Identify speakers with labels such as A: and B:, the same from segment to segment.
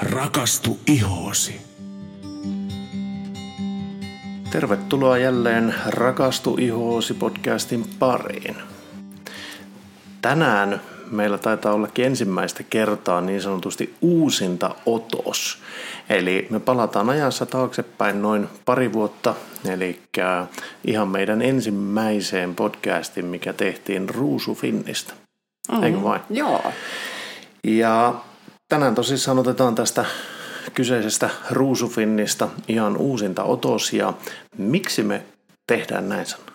A: Rakastu ihoosi.
B: Tervetuloa jälleen Rakastu ihoosi podcastin pariin. Tänään meillä taitaa olla ensimmäistä kertaa niin sanotusti uusinta otos. Eli me palataan ajassa taaksepäin noin pari vuotta, eli ihan meidän ensimmäiseen podcastiin, mikä tehtiin Ruusufinnistä. Mm-hmm. Eikö vain?
C: Joo.
B: Ja tänään tosissaan otetaan tästä kyseisestä Ruusufinnista ihan uusinta otosia. Miksi me tehdään näin sanon?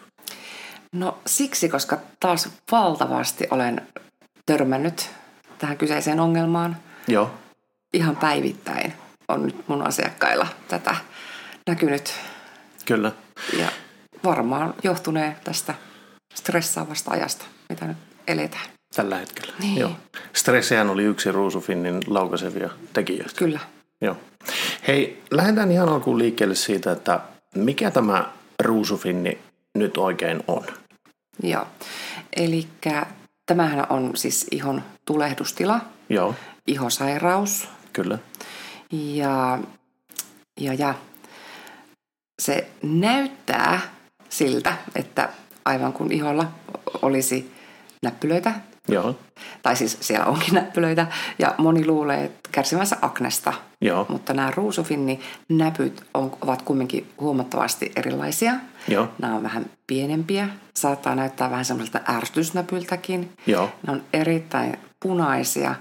C: No siksi, koska taas valtavasti olen törmännyt tähän kyseiseen ongelmaan.
B: Joo.
C: Ihan päivittäin on nyt mun asiakkailla tätä näkynyt.
B: Kyllä.
C: Ja varmaan johtunee tästä stressaavasta ajasta, mitä nyt eletään.
B: Tällä hetkellä.
C: Niin.
B: Joo. Stressihän oli yksi Ruusufinnin laukaisevia tekijöitä.
C: Kyllä.
B: Joo. Hei, lähdetään ihan alkuun liikkeelle siitä, että mikä tämä Ruusufinni nyt oikein on?
C: Joo. Eli tämähän on siis ihon tulehdustila,
B: Joo,
C: ihosairaus
B: kyllä.
C: ja, ja, ja se näyttää siltä, että aivan kun iholla olisi näppylöitä,
B: Joo,
C: tai siis siellä onkin näppylöitä, ja moni luulee että kärsimänsä aknesta,
B: joo,
C: mutta nämä ruusufinni-näpyt on, ovat kumminkin huomattavasti erilaisia.
B: joo,
C: Nämä on vähän pienempiä, saattaa näyttää vähän semmoiselta ärtysnäpyltäkin.
B: joo,
C: Ne on erittäin punaisia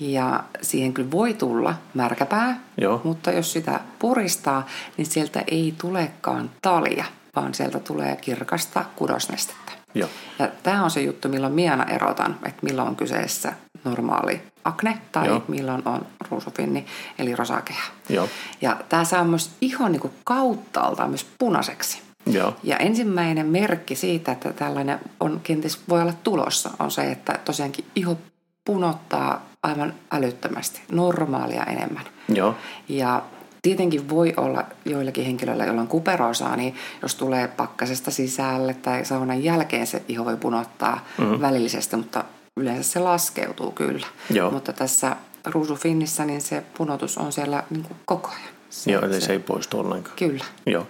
C: ja siihen kyllä voi tulla märkäpää,
B: joo,
C: mutta jos sitä puristaa, niin sieltä ei tulekaan talia, vaan sieltä tulee kirkasta kudosnestettä.
B: joo,
C: Ja tämä on se juttu, milloin minä aina erotan, että milloin on kyseessä normaali akne tai
B: Joo.
C: Joo. milloin on ruusufinni eli rosakea.
B: joo,
C: Ja tämä saa myös ihon niin kauttaaltaan myös punaiseksi.
B: joo,
C: Ja ensimmäinen merkki siitä, että tällainen on kenties voi olla tulossa, on se, että tosiaankin iho punottaa aivan älyttömästi, normaalia enemmän.
B: joo,
C: Ja tietenkin voi olla joillakin henkilöillä, joilla on kuperoosaa, niin jos tulee pakkasesta sisälle tai saunan jälkeen se iho voi punottaa
B: Mhm.
C: mm-hmm. välillisesti, mutta yleensä se laskeutuu kyllä.
B: Joo.
C: Mutta tässä ruusufinnissä niin se punotus on siellä niin kuin koko ajan. Se,
B: joo, eli se ei poistu ollenkaan.
C: Kyllä,
B: Joo.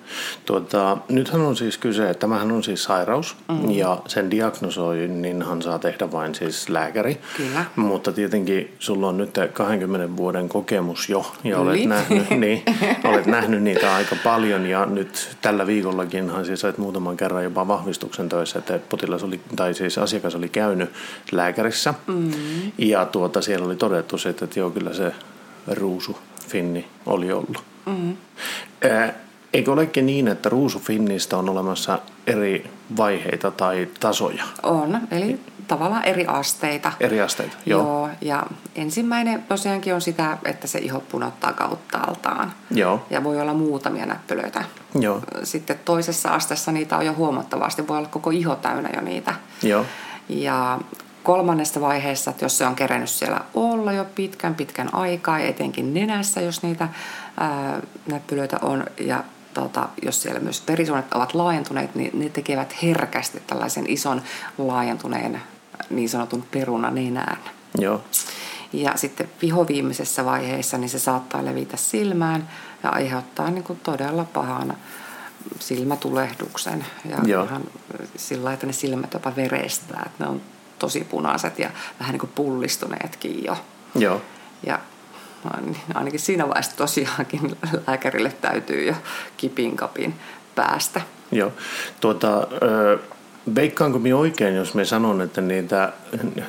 B: Tuota, nythän on siis kyse, tämähän on siis sairaus mm. ja sen diagnosoinninhan saa tehdä vain siis lääkäri.
C: Kyllä.
B: Mutta tietenkin sulla on nyt 20 vuoden kokemus jo ja olet
C: Yli.
B: nähnyt, niin, olet nähnyt niitä aika paljon ja nyt tällä viikollakinhan siis sait muutaman kerran jopa vahvistuksen töissä, että potilas oli, tai siis asiakas oli käynyt lääkärissä mm. ja tuota, siellä oli todettu se, että joo kyllä se ruusu finni oli ollut. Ää, Eikö olekin niin, että ruusufinnistä on olemassa eri vaiheita tai tasoja,
C: on. Eli tavallaan eri asteita.
B: eri asteita? Joo. Joo.
C: Joo, ja ensimmäinen tosiaankin on sitä, että se iho punottaa kauttaaltaan.
B: Joo.
C: Ja voi olla muutamia näppylöitä.
B: Joo.
C: Sitten toisessa astessa niitä on jo huomattavasti, voi olla koko iho täynnä jo niitä.
B: Joo.
C: Ja kolmannessa vaiheessa, että jos se on kerennyt siellä olla jo pitkän pitkän aikaa, ja etenkin nenässä, jos niitä ää, näppylöitä on, ja tota, jos siellä myös verisuonet ovat laajentuneet, niin ne tekevät herkästi tällaisen ison laajentuneen niin sanotun perunanenään.
B: Joo.
C: Ja sitten vihoviimeisessä vaiheessa niin se saattaa levitä silmään ja aiheuttaa niin kuin todella pahan silmätulehduksen. Ja
B: Joo.
C: ihan sillä lailla, että ne silmät jopa verestää, että ne on tosi punaiset ja vähän niin kuin pullistuneetkin jo.
B: Joo.
C: Ja ain- ainakin siinä vaiheessa tosiaankin lääkärille täytyy jo kipin kapin päästä.
B: Joo. Tuota, ö, veikkaanko minä oikein, jos me sanon, että niitä,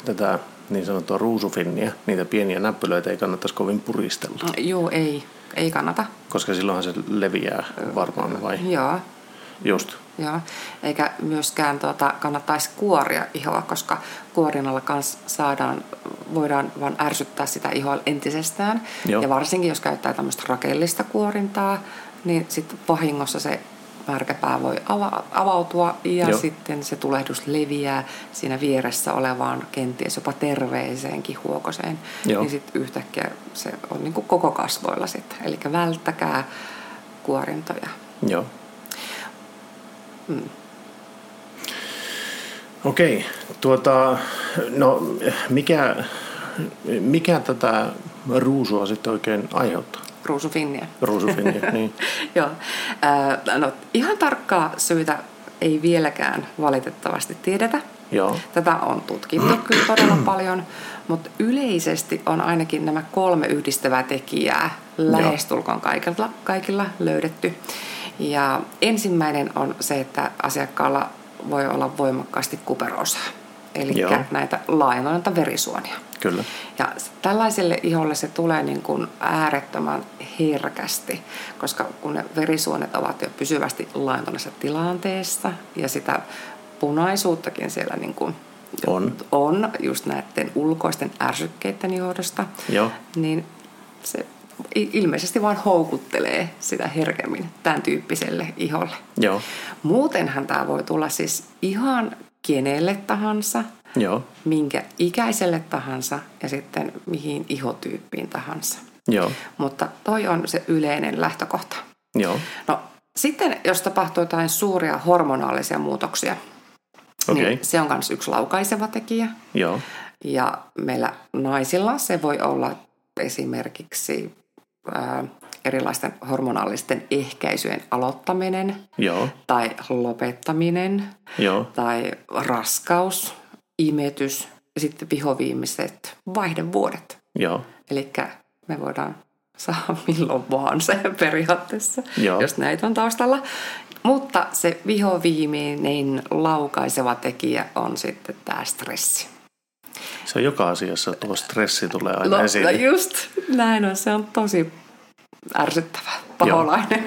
B: tätä niin sanottua ruusufinniä, niitä pieniä näppylöitä ei kannattaisi kovin puristella,
C: Joo, ei, ei kannata.
B: koska silloinhan se leviää varmaan vai
C: Joo,
B: just.
C: Joo, eikä myöskään tuota, kannattaisi kuoria ihoa, koska kuorinnalla kans saadaan, voidaan vaan ärsyttää sitä ihoa entisestään.
B: Joo.
C: Ja varsinkin jos käyttää tämmöistä rakeellista kuorintaa, niin sitten vahingossa se märkäpää voi ava- avautua ja
B: Joo.
C: sitten se tulehdus leviää siinä vieressä olevaan kenties jopa terveeseenkin huokoseen.
B: Joo.
C: Niin sitten yhtäkkiä se on niin kuin koko kasvoilla sitten. Eli välttäkää kuorintoja.
B: Joo. Okei, tuota, no mikä, mikä tätä ruusua sitten oikein aiheuttaa?
C: ruusufinniä.
B: Ruusufinni, niin.
C: Joo. Äh, no, ihan tarkkaa syytä ei vieläkään valitettavasti tiedetä.
B: Joo.
C: Tätä on tutkittu kyllä todella paljon, mutta yleisesti on ainakin nämä kolme yhdistävää tekijää lähestulkoon kaikilla, kaikilla löydetty. Ja ensimmäinen on se, että asiakkaalla voi olla voimakkaasti kuperosaa, eli
B: Joo.
C: näitä laajenoita verisuonia.
B: Kyllä.
C: Ja tällaiselle iholle se tulee niin kuin äärettömän herkästi, koska kun ne verisuonet ovat jo pysyvästi laintuneessa tilanteessa ja sitä punaisuuttakin siellä niin kuin
B: On.
C: on just näiden ulkoisten ärsykkeiden johdosta,
B: Joo.
C: niin se i- ilmeisesti vaan houkuttelee sitä herkemmin tämän tyyppiselle iholle.
B: Joo.
C: Muutenhan tämä voi tulla siis ihan kenelle tahansa,
B: Joo.
C: minkä ikäiselle tahansa ja sitten mihin ihotyyppiin tahansa.
B: Joo.
C: Mutta toi on se yleinen lähtökohta.
B: Joo.
C: No sitten, jos tapahtuu jotain suuria hormonaalisia muutoksia,
B: Okei.
C: niin se on myös yksi laukaiseva tekijä.
B: Joo.
C: Ja meillä naisilla se voi olla esimerkiksi ää, erilaisten hormonaalisten ehkäisyjen aloittaminen
B: Joo.
C: tai lopettaminen
B: Joo.
C: tai raskaus, imetys ja sitten vihoviimiset vaihdevuodet.
B: Joo.
C: Eli me voidaan saada milloin vaan se periaatteessa,
B: Joo.
C: jos näitä on taustalla. Mutta se vihoviimeinen laukaiseva tekijä on sitten tämä stressi.
B: Se on joka asiassa tuo stressi tulee aina
C: No,
B: esiin.
C: no just, näin on. Se on tosi ärsyttävä, paholainen.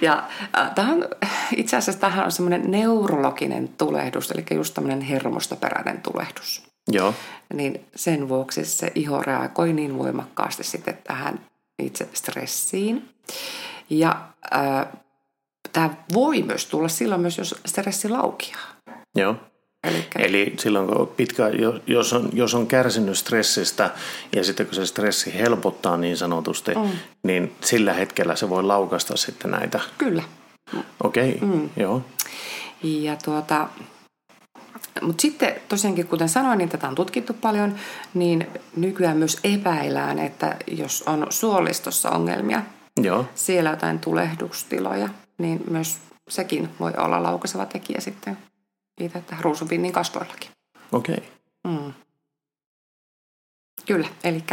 C: Ja äh, tähän, itse asiassa tähän on semmoinen neurologinen tulehdus, eli just tämmöinen hermostoperäinen tulehdus.
B: Joo.
C: Niin sen vuoksi se iho reagoi niin voimakkaasti sitten tähän itse stressiin. Ja äh, tämä voi myös tulla silloin myös, jos stressi laukiaa.
B: Joo.
C: Elikkä,
B: Eli silloin kun pitkä, jo- jos on, jos on kärsinyt stressistä ja sitten kun se stressi helpottaa niin sanotusti, mm. niin sillä hetkellä se voi laukasta sitten näitä.
C: kyllä.
B: Okei, okay. mm. joo,
C: Ja tuota, mutta sitten tosiaankin, kuten sanoin, niin tätä on tutkittu paljon, niin nykyään myös epäillään, että jos on suolistossa ongelmia,
B: joo,
C: siellä jotain tulehdustiloja, niin myös sekin voi olla laukaiseva tekijä sitten itse tähän ruusuvinnin kasvoillakin.
B: okei. Okay.
C: Mm. Kyllä, eli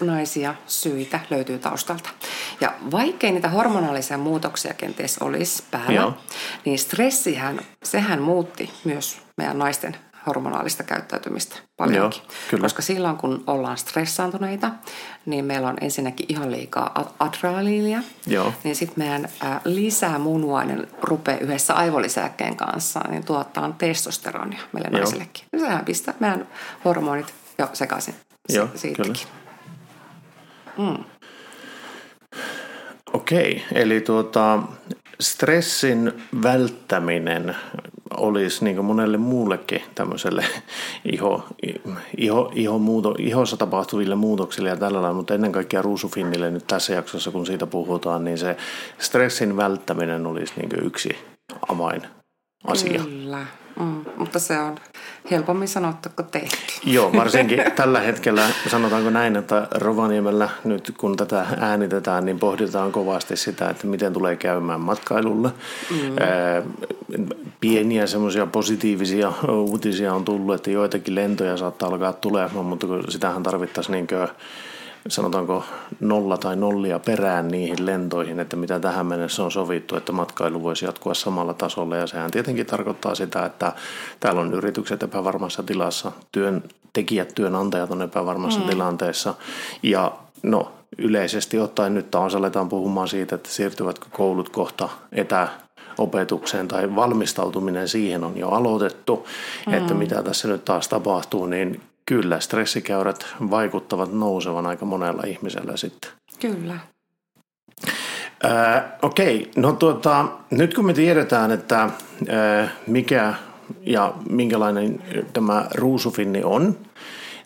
C: moninaisia syitä löytyy taustalta. Ja vaikkei niitä hormonaalisia muutoksia kenties olisi päällä,
B: Joo.
C: niin stressihän, sehän muutti myös meidän naisten hormonaalista käyttäytymistä paljonkin.
B: Joo, kyllä.
C: Koska silloin, kun ollaan stressaantuneita, niin meillä on ensinnäkin ihan liikaa ad- adrenaliinia,
B: Joo.
C: niin sitten meidän ä, lisämunuainen rupeaa yhdessä aivolisäkkeen kanssa niin tuottaa testosteronia meille
B: Joo.
C: naisillekin. No Sehän pistää meidän hormonit jo sekaisin si-
B: Joo,
C: siitäkin.
B: kyllä. Okei, eli tuota, stressin välttäminen olisi niin monelle muullekin tämmöiselle iho, iho, iho muuto, ihossa tapahtuville muutoksille ja tällä lailla, mutta ennen kaikkea ruusufinnille nyt tässä jaksossa, kun siitä puhutaan, niin se stressin välttäminen olisi niin yksi avain asia.
C: Kyllä. Mm, mutta se on helpommin sanottu kuin tehty.
B: Joo, varsinkin tällä hetkellä, sanotaanko näin, että Rovaniemellä nyt kun tätä äänitetään, niin pohditaan kovasti sitä, että miten tulee käymään matkailulle. Mm. Pieniä semmoisia positiivisia uutisia on tullut, että joitakin lentoja saattaa alkaa tulemaan, mutta kun sitähän tarvittaisiin niinkö sanotaanko nolla tai nollia perään niihin lentoihin, että mitä tähän mennessä on sovittu, että matkailu voisi jatkua samalla tasolla. Ja sehän tietenkin tarkoittaa sitä, että täällä on yritykset epävarmassa tilassa, työntekijät, työnantajat on epävarmassa mm. tilanteessa. Ja no, yleisesti ottaen nyt taas aletaan puhumaan siitä, että siirtyvätkö koulut kohta etäopetukseen tai valmistautuminen siihen on jo aloitettu, mm. että mitä tässä nyt taas tapahtuu, niin Kyllä, stressikäyrät vaikuttavat nousevan aika monella ihmisellä sitten.
C: Kyllä.
B: Ää, okei, no tuota, nyt kun me tiedetään, että ää, mikä ja minkälainen tämä ruusufinni on,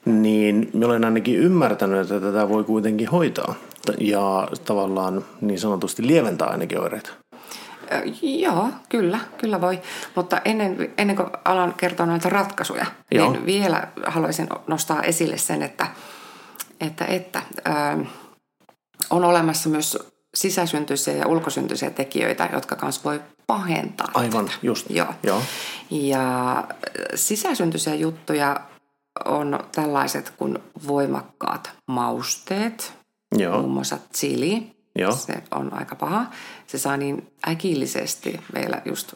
B: niin minä olen ainakin ymmärtänyt, että tätä voi kuitenkin hoitaa T- ja tavallaan niin sanotusti lieventää ainakin oireita.
C: Ö, joo, kyllä, kyllä voi. Mutta ennen, ennen kuin alan kertoa näitä ratkaisuja,
B: Joo.
C: niin vielä haluaisin nostaa esille sen, että Että, että ö, on olemassa myös sisäsyntyisiä ja ulkosyntyisiä tekijöitä, jotka kanssa voi pahentaa.
B: Aivan, just.
C: Joo.
B: Joo.
C: Ja sisäsyntyisiä juttuja on tällaiset kuin voimakkaat mausteet, muun
B: Joo.
C: muassa chili.
B: Joo.
C: Se on aika paha. Se saa niin äkillisesti meillä just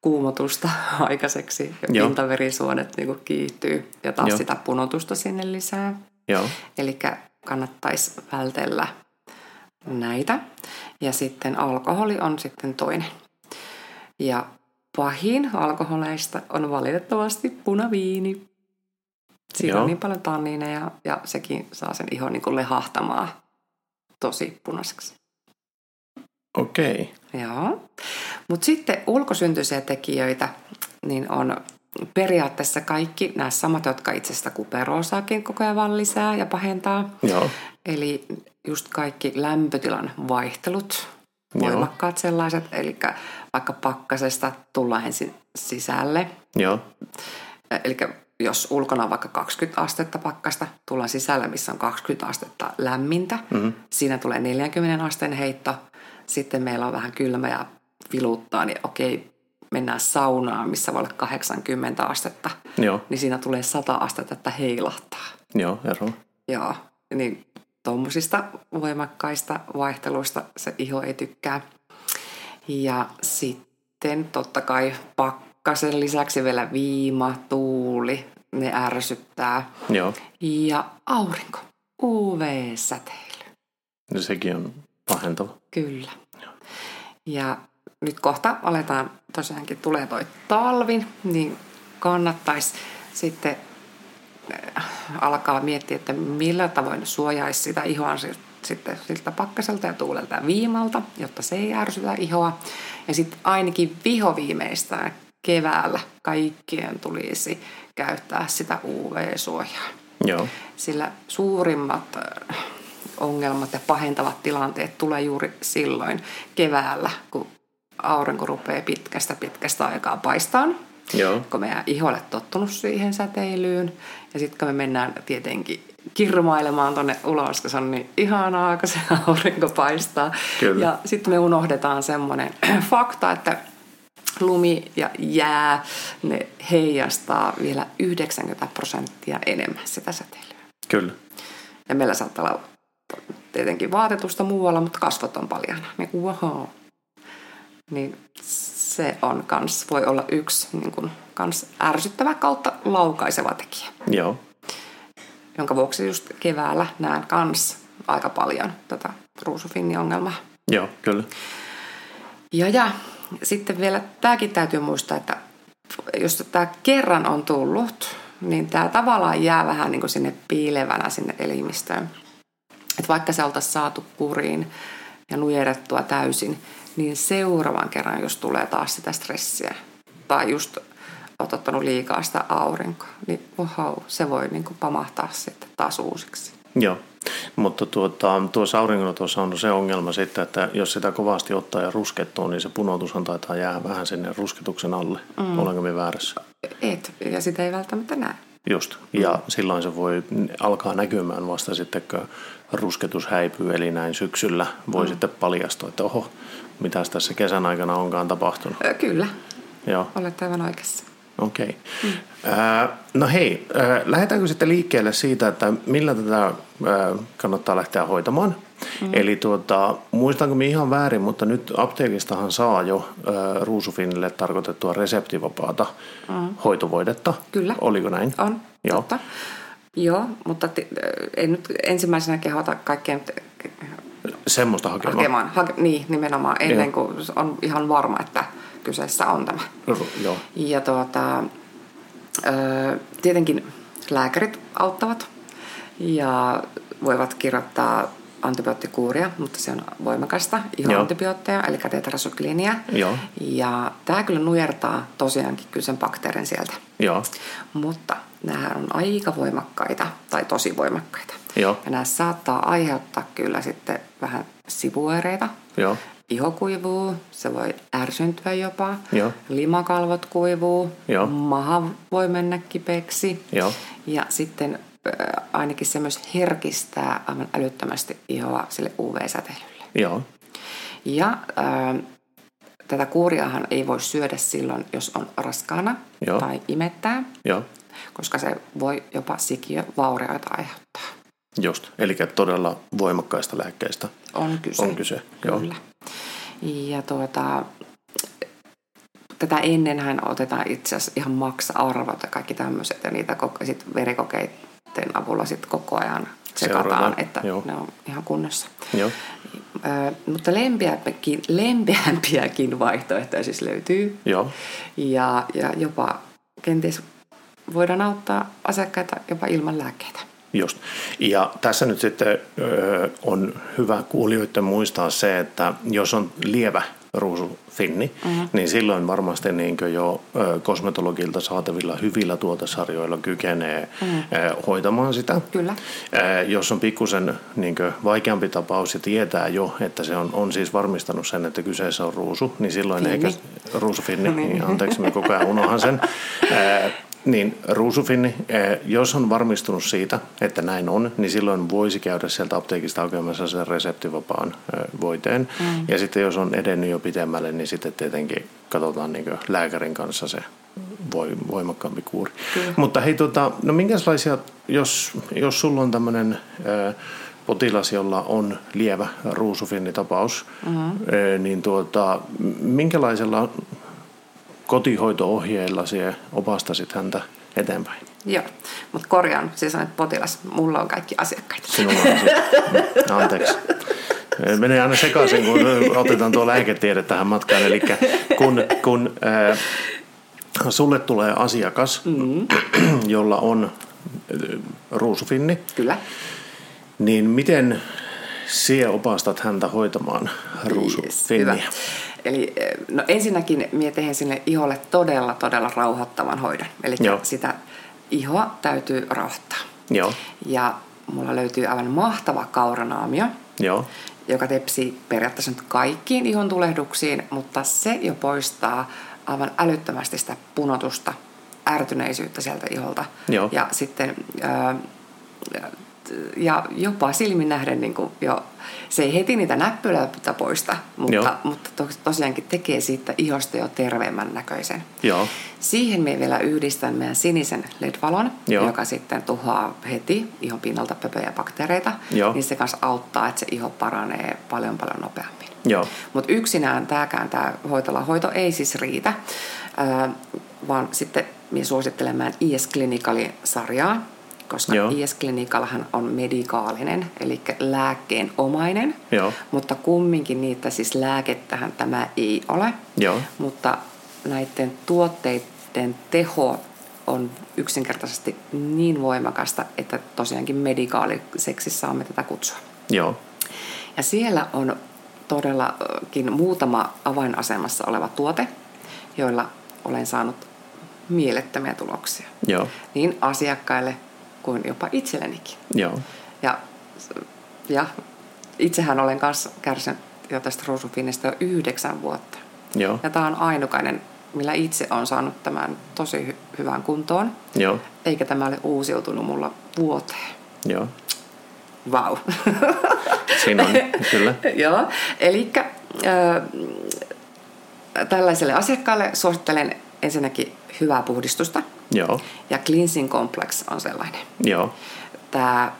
C: kuumotusta aikaiseksi ja
B: Joo.
C: pintaverisuonet niin kiihtyy ja taas
B: Joo.
C: sitä punotusta sinne lisää.
B: Joo.
C: Eli kannattaisi vältellä näitä. Ja sitten alkoholi on sitten toinen. Ja pahin alkoholeista on valitettavasti punaviini. Siinä
B: Joo.
C: on niin paljon tannineja ja sekin saa sen ihon niin kuin lehahtamaan tosi punaiseksi.
B: Okei. Okay.
C: Joo. Mutta sitten ulkosyntyisiä tekijöitä, niin on periaatteessa kaikki nämä samat, jotka itsestä kuperoosaakin koko ajan vaan lisää ja pahentaa.
B: Joo.
C: Eli just kaikki lämpötilan vaihtelut,
B: Joo.
C: voimakkaat sellaiset, eli vaikka pakkasesta tullaan ensin sisälle.
B: Joo.
C: Eli jos ulkona on vaikka 20 astetta pakkasta, tullaan sisälle, missä on 20 astetta lämmintä.
B: Mhm.
C: Siinä tulee 40 asteen heitto. Sitten meillä on vähän kylmä ja viluttaa, niin okei, mennään saunaan, missä voi olla 80 astetta.
B: Joo.
C: Niin siinä tulee 100 astetta, että heilahtaa.
B: Joo. Ero.
C: Joo, niin tuommoisista voimakkaista vaihteluista se iho ei tykkää. Ja sitten totta kai pakkasen lisäksi vielä viima, tuuli, ne ärsyttää.
B: Joo.
C: Ja aurinko, UV-säteily,
B: No sekin on pahentava.
C: kyllä. Ja nyt kohta aletaan, tosiaankin tulee toi talvi, niin kannattaisi sitten äh, alkaa miettiä, että millä tavoin suojaisi sitä ihoa si- sitten siltä pakkaselta ja tuulelta ja viimalta, jotta se ei ärsytä ihoa. Ja sitten ainakin vihoviimeistään keväällä kaikkien tulisi käyttää sitä UV-suojaa.
B: Joo.
C: Sillä suurimmat äh, ongelmat ja pahentavat tilanteet tulee juuri silloin keväällä, kun aurinko rupeaa pitkästä pitkästä aikaa paistaan
B: Joo.
C: kun meidän iho olet tottunut siihen säteilyyn. Ja sitten kun me mennään tietenkin kirmailemaan tonne ulos, kun se on niin ihanaa, kun se aurinko paistaa.
B: Kyllä.
C: Ja sitten me unohdetaan semmoinen fakta, että lumi ja jää, ne heijastaa vielä 90 prosenttia enemmän sitä säteilyä.
B: Kyllä.
C: Ja meillä saattaa olla tietenkin vaatetusta muualla, mutta kasvot on paljana. Niin wow. Niin se on kans, voi olla yksi niin kun, kans ärsyttävä kautta laukaiseva tekijä,
B: Joo.
C: jonka vuoksi just keväällä näen kans aika paljon tätä ruusufinni-ongelmaa.
B: Joo. Kyllä.
C: Ja, ja sitten vielä tämäkin täytyy muistaa, että jos tämä kerran on tullut, niin tämä tavallaan jää vähän niin kuin sinne piilevänä sinne elimistöön. Et vaikka se oltaisiin saatu kuriin ja nujerrettua täysin, niin seuraavan kerran, jos tulee taas sitä stressiä tai just oot ottanut liikaa sitä aurinkoa, niin wow, se voi niin kuin pamahtaa sitten taas uusiksi.
B: Joo, mutta tuota, tuossa auringonotossa on se ongelma sitten, että jos sitä kovasti ottaa ja ruskettuu, niin se punotushan taitaa jäädä vähän sinne rusketuksen alle. Mm. Olenko me väärässä?
C: Et, ja sitä ei välttämättä näe.
B: Just. Ja mm. silloin se voi alkaa näkymään vasta sitten, kun rusketus häipyy, eli näin syksyllä voi mm. sitten paljastua, että oho, mitä tässä kesän aikana onkaan tapahtunut.
C: Ö, Kyllä,
B: Joo.
C: olet aivan oikeassa.
B: Okei. Okay. No hei, äh, lähdetäänkö sitten liikkeelle siitä, että millä tätä äh, kannattaa lähteä hoitamaan? Mm. Eli tuota, muistanko minä ihan väärin, mutta nyt apteekistahan saa jo äh, ruusufinille tarkoitettua reseptivapaata mm. hoitovoidetta.
C: Kyllä.
B: Oliko näin?
C: On,
B: Joo.
C: Joo. totta. Joo, mutta t- en nyt ensimmäisenä kehota kaikkien t-
B: Semmoista hakemaan.
C: hakemaan, hake, niin nimenomaan
B: Joo.
C: ennen kuin on ihan varma, että kyseessä on tämä.
B: Ru- Joo.
C: Ja tuota, ö, tietenkin lääkärit auttavat ja voivat kirjoittaa antibioottikuuria, mutta se on voimakasta
B: Joo.
C: ihoantibiootteja, eli tetrasykliiniä.
B: Joo.
C: Ja tämä kyllä nujertaa tosiaankin kyllä sen bakteerin sieltä.
B: Joo.
C: Mutta nämä on aika voimakkaita tai tosi voimakkaita.
B: Joo.
C: Ja nämä saattaa aiheuttaa kyllä sitten vähän sivuoireita.
B: Joo.
C: Iho kuivuu, se voi ärsyntyä jopa.
B: Joo.
C: Limakalvot kuivuu,
B: Joo.
C: maha voi mennä kipeäksi.
B: Joo.
C: Ja sitten ö, ainakin se myös herkistää aivan älyttömästi ihoa sille UV-säteilylle.
B: Joo,
C: Ja ö, tätä kuuriahan ei voi syödä silloin, jos on raskaana
B: Joo.
C: tai imettää,
B: joo,
C: koska se voi jopa sikiövaurioita aiheuttaa.
B: just. Eli todella voimakkaista lääkkeistä
C: On kyse.
B: on kyse. Joo,
C: Kyllä. Ja tuota, tätä ennenhän otetaan itse asiassa ihan maksa-arvot ja kaikki tämmöiset ja niitä koko, sit verikokeiden avulla sit koko ajan
B: Seurataan,
C: tsekataan, että
B: joo.
C: Joo. ne on ihan kunnossa.
B: joo,
C: Ö, mutta lempeämpiäkin, lempeämpiäkin vaihtoehtoja siis löytyy
B: joo.
C: ja, ja jopa kenties voidaan auttaa asiakkaita jopa ilman lääkkeitä.
B: Just. Ja tässä nyt sitten öö, on hyvä kuulijoiden muistaa se, että jos on lievä ruusufinni,
C: Mhm.
B: mm-hmm. niin silloin varmasti niin jo ö, kosmetologilta saatavilla hyvillä tuotesarjoilla kykenee mm-hmm. hoitamaan sitä.
C: Mhm. Kyllä.
B: Ö, Jos on pikkusen niin vaikeampi tapaus ja tietää jo, että se on, on siis varmistanut sen, että kyseessä on ruusu, niin silloin
C: Finni.
B: eikä ruusufinni,
C: niin.
B: niin anteeksi, mä koko ajan unohan sen. Ää, Niin ruusufinni, ää, jos on varmistunut siitä, että näin on, niin silloin voisi käydä sieltä apteekista hakemassa sen reseptivapaan ää, voiteen. Mm. Ja sitten jos on edennyt jo pitemmälle, niin sitten tietenkin katsotaan niin lääkärin kanssa se voi, voimakkaampi kuuri. Kyllä. Mutta hei, tota, no minkälaisia, jos, jos sulla on tämmöinen potilas, jolla on lievä ruusufinnitapaus, mm-hmm. niin tuota, m- minkälaisella kotihoito-ohjeilla sie opastasit häntä eteenpäin?
C: Joo, mutta korjaan, siis on että potilas, mulla on kaikki asiakkaita.
B: Sinulla on siis- Anteeksi. Menee aina sekaisin, kun otetaan tuo lääketiede tähän matkaan. Eli kun, kun äh, sulle tulee asiakas, mm-hmm. jolla on äh, ruusufinni,
C: Kyllä.
B: niin miten sie opastat häntä hoitamaan
C: Yes, hyvä.
B: ruusufinniä?
C: Eli eh, no ensinnäkin mie teen sinne iholle todella, todella rauhoittavan hoidon. Eli
B: Joo.
C: sitä ihoa täytyy rauhoittaa.
B: Joo,
C: Ja mulla löytyy aivan mahtava kauranaamio,
B: joo,
C: joka tepsii periaatteessa nyt kaikkiin ihon tulehduksiin, mutta se jo poistaa aivan älyttömästi sitä punotusta, ärtyneisyyttä sieltä iholta.
B: Joo.
C: Ja sitten ää, ja jopa silmin nähden niin kuin jo, se ei heti niitä näppylöitä poista,
B: Joo.
C: mutta, mutta to- tosiaankin tekee siitä ihosta jo terveemmän näköisen.
B: joo,
C: Siihen me vielä yhdistän meidän sinisen LED-valon,
B: Joo.
C: joka sitten tuhoaa heti ihon pinnalta pöpöjä bakteereita.
B: Joo.
C: Niin se kanssa auttaa, että se iho paranee paljon paljon nopeammin.
B: joo,
C: Mutta yksinään tämäkään tämä hoitolahoito ei siis riitä, ää, vaan sitten minä suosittelemaan IS Clinicalin sarjaa, koska
B: Joo.
C: Joo. IS Clinicalhan on medikaalinen, eli lääkkeenomainen,
B: Joo.
C: mutta kumminkin niitä siis lääkettähän tämä ei ole,
B: Joo.
C: mutta näiden tuotteiden teho on yksinkertaisesti niin voimakasta, että tosiaankin medikaaliseksi saamme tätä kutsua.
B: joo,
C: Ja siellä on todellakin muutama avainasemassa oleva tuote, joilla olen saanut mielettömiä tuloksia.
B: joo,
C: Niin asiakkaille kuin jopa itsellenikin.
B: joo,
C: Ja, ja itsehän olen kanssa kärsinyt jo tästä ruusufinnistä jo yhdeksän vuotta.
B: joo,
C: Ja tämä on ainukainen, millä itse olen saanut tämän tosi hy- hyvään kuntoon.
B: joo,
C: Eikä tämä ole uusiutunut mulla vuoteen.
B: joo.
C: Vau.
B: Siinä on, kyllä.
C: Joo, eli tällaiselle asiakkaalle suosittelen ensinnäkin hyvää puhdistusta
B: Joo,
C: ja cleansing complex on sellainen.
B: joo,
C: Tämä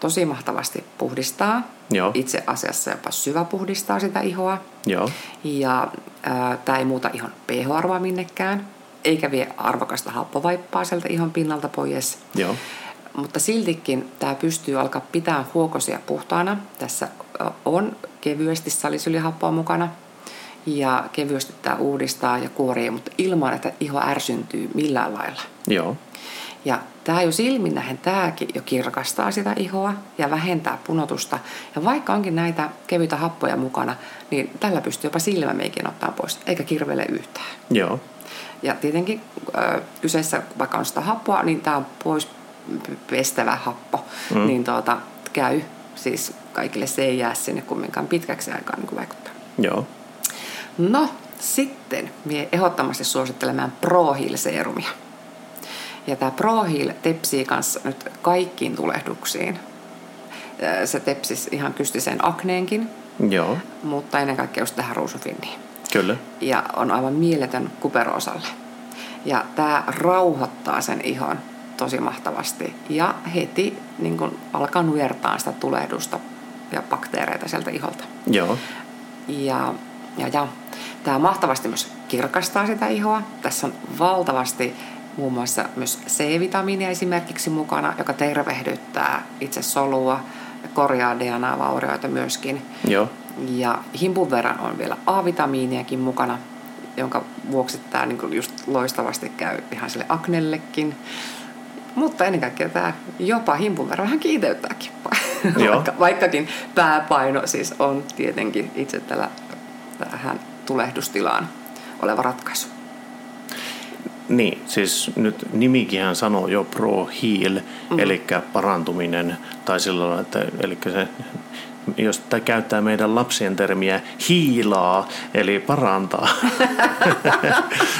C: tosi mahtavasti puhdistaa,
B: Joo.
C: itse asiassa jopa syvä puhdistaa sitä ihoa
B: joo,
C: ja tämä ei muuta ihon pH-arvoa minnekään eikä vie arvokasta happovaippaa sieltä ihon pinnalta pois.
B: joo,
C: Mutta siltikin tämä pystyy alkaa pitää huokosia puhtaana. Tässä ö, on kevyesti salisylihappoa mukana ja kevyesti tämä uudistaa ja kuorii, mutta ilman, että iho ärsyntyy millään lailla.
B: joo,
C: Ja tämä jo silmin nähden tämäkin jo kirkastaa sitä ihoa ja vähentää punotusta. Ja vaikka onkin näitä kevyitä happoja mukana, niin tällä pystyy jopa silmämeikin ottaa pois, eikä kirvele yhtään.
B: joo,
C: Ja tietenkin ö, kyseessä, vaikka on sitä happoa, niin tämä on pois pestävä happo, mm. niin tuota, käy. Siis kaikille se ei jää sinne kumminkaan pitkäksi aikaa niin vaikuttaa.
B: joo,
C: No, sitten mie ehdottomasti suosittelemaan Pro Heal Serumia. Ja tämä ProHeal tepsii kanssa nyt kaikkiin tulehduksiin. Ö, Se tepsis ihan kystiseen akneenkin,
B: Joo,
C: mutta ennen kaikkea just tähän ruusufinniin
B: kyllä.
C: ja on aivan mieletön kuperoosalle. Ja tämä rauhoittaa sen ihon tosi mahtavasti ja heti niin kun alkaa nujertaa sitä tulehdusta ja bakteereita sieltä iholta.
B: Joo,
C: Ja, ja, ja. tämä mahtavasti myös kirkastaa sitä ihoa. Tässä on valtavasti muun muassa myös C-vitamiinia esimerkiksi mukana, joka tervehdyttää itse solua ja korjaa DNA-vaurioita myöskin.
B: joo,
C: Ja himpun verran on vielä A-vitamiiniakin mukana, jonka vuoksi tämä niinku just loistavasti käy ihan sille aknellekin. Mutta ennen kaikkea tämä jopa himpun verran vähän kiiteyttääkin.
B: Joo.
C: Vaikka, vaikkakin pääpaino siis on tietenkin itse tällä, tähän tulehdustilaan oleva ratkaisu.
B: Niin, siis nyt nimikinhän sanoo jo pro heal, mm. eli parantuminen, tai sillä lailla, että eli se, jos tämä käyttää meidän lapsien termiä, hiilaa, eli parantaa.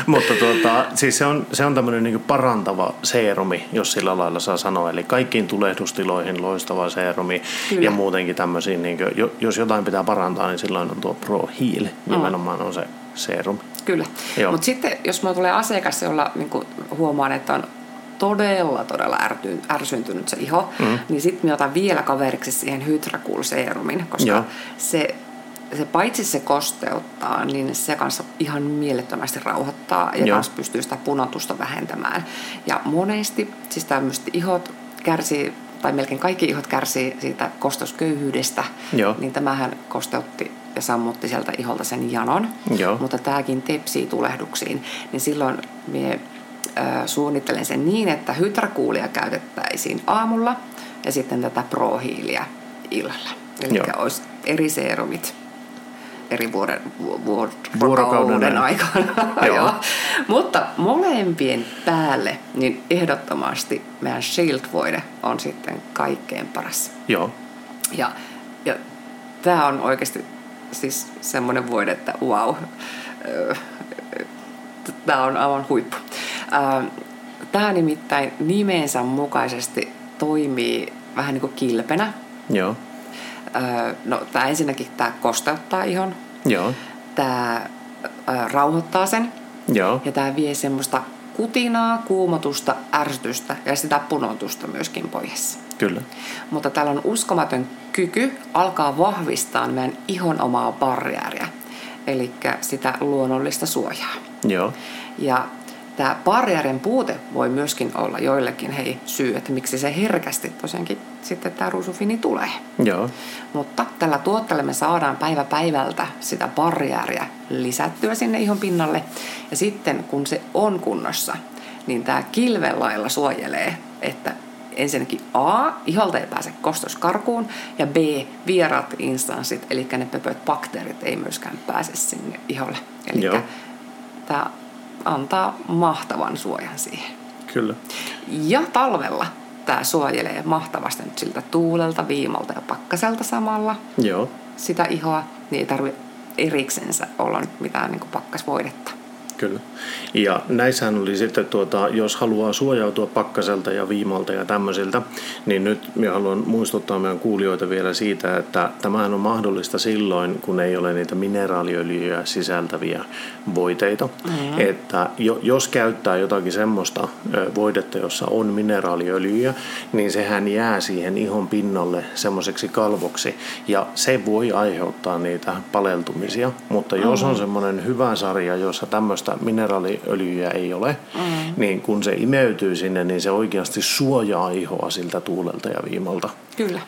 B: Mutta tuota, siis se on, se on tämmöinen niin parantava seerumi, jos sillä lailla saa sanoa. Eli kaikkiin tulehdustiloihin loistava seerumi
C: Kyllä.
B: ja muutenkin tämmöisiin, niin kuin, jos jotain pitää parantaa, niin silloin on tuo pro heal, nimenomaan on se seerumi.
C: Kyllä.
B: Joo.
C: Mutta sitten jos mulla tulee asiakas, jolla niin huomaan, että on todella, todella ärty, ärsyntynyt se iho, mm. niin sitten mä otan vielä kaveriksi siihen Hydracool serumin, koska
B: Joo.
C: se, se paitsi se kosteuttaa, niin se kanssa ihan mielettömästi rauhoittaa ja
B: Joo.
C: myös pystyy sitä punotusta vähentämään. Ja monesti siis tämmöiset ihot kärsii, tai melkein kaikki ihot kärsii siitä kosteusköyhyydestä,
B: Joo.
C: niin tämähän kosteutti ja sammutti sieltä iholta sen janon
B: Joo.
C: mutta tämäkin tepsii tulehduksiin, niin silloin mie ö, suunnittelen sen niin, että hydrakuulia käytettäisiin aamulla ja sitten tätä prohiilia illalla. Eli
B: Joo.
C: olisi eri seerumit eri vuoden, vu- vuor-
B: Vuorokauden
C: vuorokauden
B: ajan.
C: aikana.
B: Joo.
C: Joo. Mutta molempien päälle niin ehdottomasti meidän Shield-voide on sitten kaikkein paras.
B: Joo,
C: Ja, ja tämä on oikeasti siis semmoinen vuoden, että wow, tämä on aivan huippu. Tämä nimittäin nimensä mukaisesti toimii vähän niin kuin kilpenä.
B: joo,
C: Ö, No, tämä ensinnäkin tämä kosteuttaa ihon,
B: joo.
C: tämä rauhoittaa sen
B: Joo,
C: ja tämä vie semmoista kutinaa, kuumotusta, ärsytystä ja sitä punotusta myöskin pois.
B: kyllä.
C: mutta täällä on uskomaton kyky alkaa vahvistaa meidän ihon omaa barriäriä, eli sitä luonnollista suojaa.
B: Joo,
C: Ja tämä barriärin puute voi myöskin olla joillekin hei syy, että miksi se herkästi tosiaankin sitten tämä rusufini tulee.
B: joo,
C: Mutta tällä tuotteella me saadaan päivä päivältä sitä barriäriä lisättyä sinne ihon pinnalle. Ja sitten kun se on kunnossa, niin tämä kilven lailla suojelee, että ensinnäkin A, iholta ei pääse kostos karkuun, ja B, vieraat instanssit, eli ne pöpöt bakteerit ei myöskään pääse sinne iholle. Eli
B: Joo.
C: tämä antaa mahtavan suojan siihen.
B: kyllä.
C: Ja talvella tämä suojelee mahtavasti nyt siltä tuulelta, viimalta ja pakkaselta samalla
B: Joo,
C: sitä ihoa, niin ei tarvitse eriksensä olla nyt mitään niin pakkasvoidetta.
B: kyllä. Ja näissähän oli sitten, tuota, jos haluaa suojautua pakkaselta ja viimalta ja tämmöisiltä, niin nyt minä haluan muistuttaa meidän kuulijoita vielä siitä, että tämähän on mahdollista silloin, kun ei ole niitä mineraaliöljyjä sisältäviä voiteita. Mm-hmm. Että jo, jos käyttää jotakin semmoista ö, voidetta, jossa on mineraaliöljyjä, niin sehän jää siihen ihon pinnalle semmoiseksi kalvoksi. Ja se voi aiheuttaa niitä paleltumisia. Mutta jos on semmoinen hyvä sarja, jossa tämmöistä mineraaliöljyä ei ole, mm. niin kun se imeytyy sinne, niin se oikeasti suojaa ihoa siltä tuulelta ja viimalta.
C: Kyllä.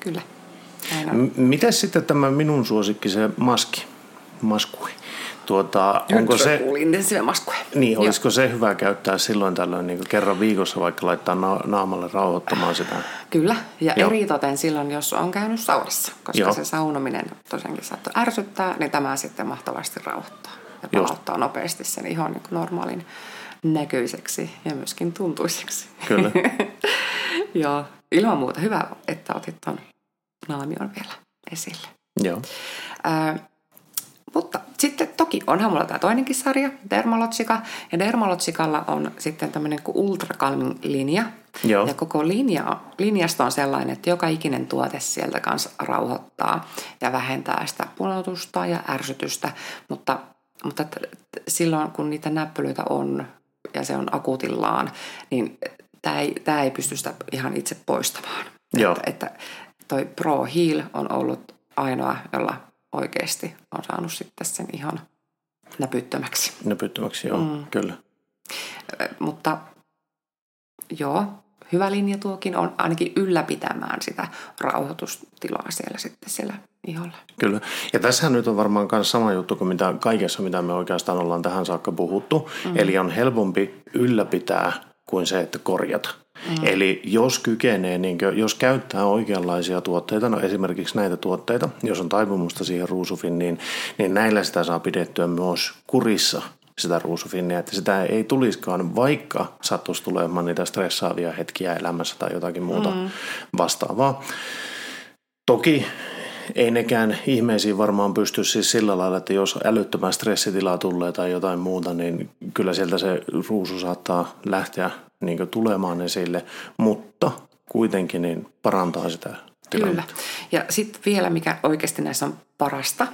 C: Kyllä. Näin on.
B: M- mitäs sitten tämä minun suosikki, se maski? Maskui. Tuota, onko se,
C: Kuulin maskuja.
B: Niin, olisiko se hyvä käyttää silloin tällöin niin kuin kerran viikossa, vaikka laittaa na- naamalle rauhoittamaan sitä?
C: Kyllä, ja
B: Joo.
C: eritoten silloin, jos on käynyt saunassa, koska
B: Joo.
C: se saunominen tosiaankin saattoi ärsyttää, niin tämä sitten mahtavasti rauhoittaa ja
B: Just.
C: palauttaa nopeasti sen ihon niin normaalin näköiseksi ja myöskin tuntuiseksi.
B: Kyllä.
C: Joo, ilman muuta hyvä, että otit tuon naamion vielä esille.
B: Joo.
C: Ää, Mutta sitten toki onhan mulla tämä toinenkin sarja, Dermalotsika. Ja Dermalotsikalla on sitten tämmöinen kuin ultrakalmin linja.
B: Joo.
C: Ja koko linja, linjasto on sellainen, että joka ikinen tuote sieltä kanssa rauhoittaa ja vähentää sitä punotusta ja ärsytystä. Mutta, mutta t- t- silloin, kun niitä näppylöitä on ja se on akuutillaan, niin tämä ei, tää ei pysty sitä ihan itse poistamaan.
B: Joo.
C: Että, että toi Pro Heal on ollut ainoa, jolla oikeasti on saanut sitten sen ihan näpyttömäksi.
B: Näpyttömäksi, joo, mm. kyllä.
C: Ö, Mutta joo, hyvä linja tuokin on ainakin ylläpitämään sitä rauhoitustilaa siellä sitten siellä iholla.
B: Kyllä. Ja tässähän nyt on varmaan myös sama juttu kuin mitä kaikessa, mitä me oikeastaan ollaan tähän saakka puhuttu. Mm. Eli on helpompi ylläpitää kuin se, että korjata. Mm. Eli jos kykenee, niin kuin, jos käyttää oikeanlaisia tuotteita, no esimerkiksi näitä tuotteita, jos on taipumusta siihen ruusufin, niin, niin näillä sitä saa pidettyä myös kurissa sitä ruusufinnia, että sitä ei tuliskaan, vaikka sattuisi tulemaan niitä stressaavia hetkiä elämässä tai jotakin muuta mm. vastaavaa. Toki ei nekään ihmeisiin varmaan pysty siis sillä lailla, että jos älyttömän stressitila tulee tai jotain muuta, niin kyllä sieltä se ruusu saattaa lähteä niin tulemaan esille, mutta kuitenkin niin parantaa sitä
C: Kyllä.
B: tilannetta.
C: Ja sitten vielä, mikä oikeasti näissä on parasta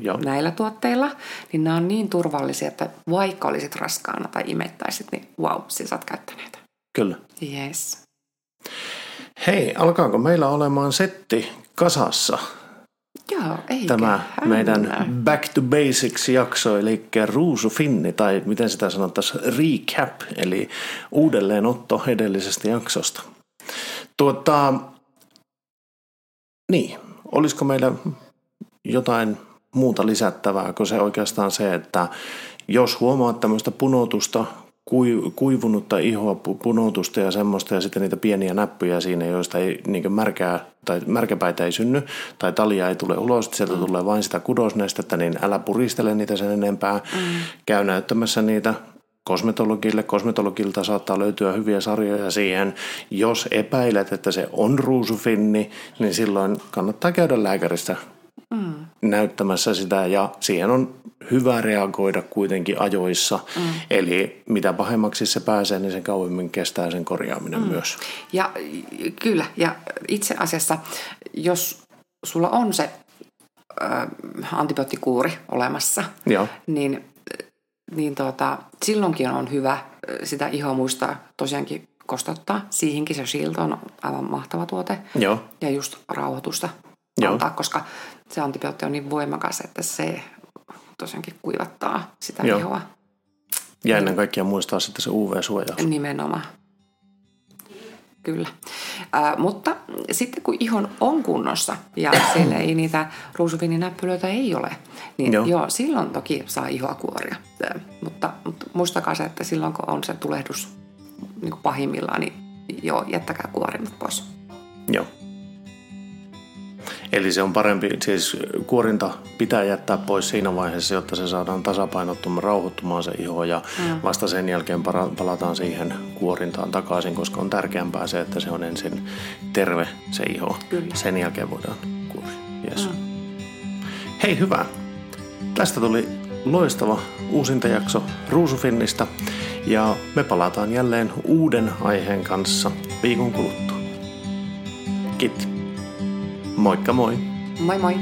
B: Joo,
C: näillä tuotteilla, niin nämä on niin turvallisia, että vaikka olisit raskaana tai imettäisit, niin wow, siis oot käyttäneet.
B: kyllä.
C: Yes.
B: Hei, alkaako meillä olemaan setti kasassa?
C: Joo, eikä
B: Tämä
C: hännä.
B: meidän Back to Basics jakso, eli ruusufinni, tai miten sitä sanottaisiin, recap, eli uudelleenotto edellisestä jaksosta. Tuota, niin, olisiko meillä jotain muuta lisättävää kuin se oikeastaan se, että jos huomaat tämmöistä punotusta, kui- kuivunutta ihoa, pu- punotusta ja semmoista ja sitten niitä pieniä näppyjä siinä, joista ei niin märkää tai märkäpäitä ei synny tai talia ei tule ulos, sieltä tulee vain sitä kudosnestettä, niin älä puristele niitä sen enempää. Mm. Käy näyttämässä niitä kosmetologille. Kosmetologilta saattaa löytyä hyviä sarjoja siihen. Jos epäilet, että se on ruusufinni, niin silloin kannattaa käydä lääkäristä näyttämässä sitä ja siihen on hyvä reagoida kuitenkin ajoissa. Mm. Eli mitä pahemmaksi se pääsee, niin sen kauemmin kestää sen korjaaminen mm. myös.
C: Ja y- kyllä, ja itse asiassa, jos sulla on se ö, antibioottikuuri olemassa,
B: Joo,
C: niin, niin tuota, silloinkin on hyvä ö, sitä ihoa muistaa tosiaankin kostottaa. Siihenkin se Shield on aivan mahtava tuote.
B: joo,
C: Ja just rauhoitusta
B: Joo.
C: antaa, koska se antibiootti on niin voimakas, että se tosiaankin kuivattaa sitä
B: Joo.
C: ihoa
B: ja ennen kaikkea muistaa sitten se UV-suojaus.
C: nimenomaan. Kyllä. Ää, mutta sitten kun ihon on kunnossa ja siellä ei niitä ruusuvininäppylöitä ei ole, niin
B: Joo.
C: joo. silloin toki saa ihoa kuoria. Ää, mutta, mutta muistakaa se, että silloin kun on se tulehdus niin kuin pahimmillaan, niin joo, jättäkää kuorimat pois.
B: Joo. Eli se on parempi, siis kuorinta pitää jättää pois siinä vaiheessa, jotta se saadaan tasapainottumaan, rauhoittumaan se iho ja vasta sen jälkeen para- palataan siihen kuorintaan takaisin, koska on tärkeämpää se, että se on ensin terve se iho.
C: Kyllä.
B: Sen jälkeen voidaan kuoria. Yes. Hei hyvä. Tästä tuli loistava uusintajakso Ruusufinnista ja me palataan jälleen uuden aiheen kanssa viikon kuluttua. Kit. Moikka moi!
C: Moi moi!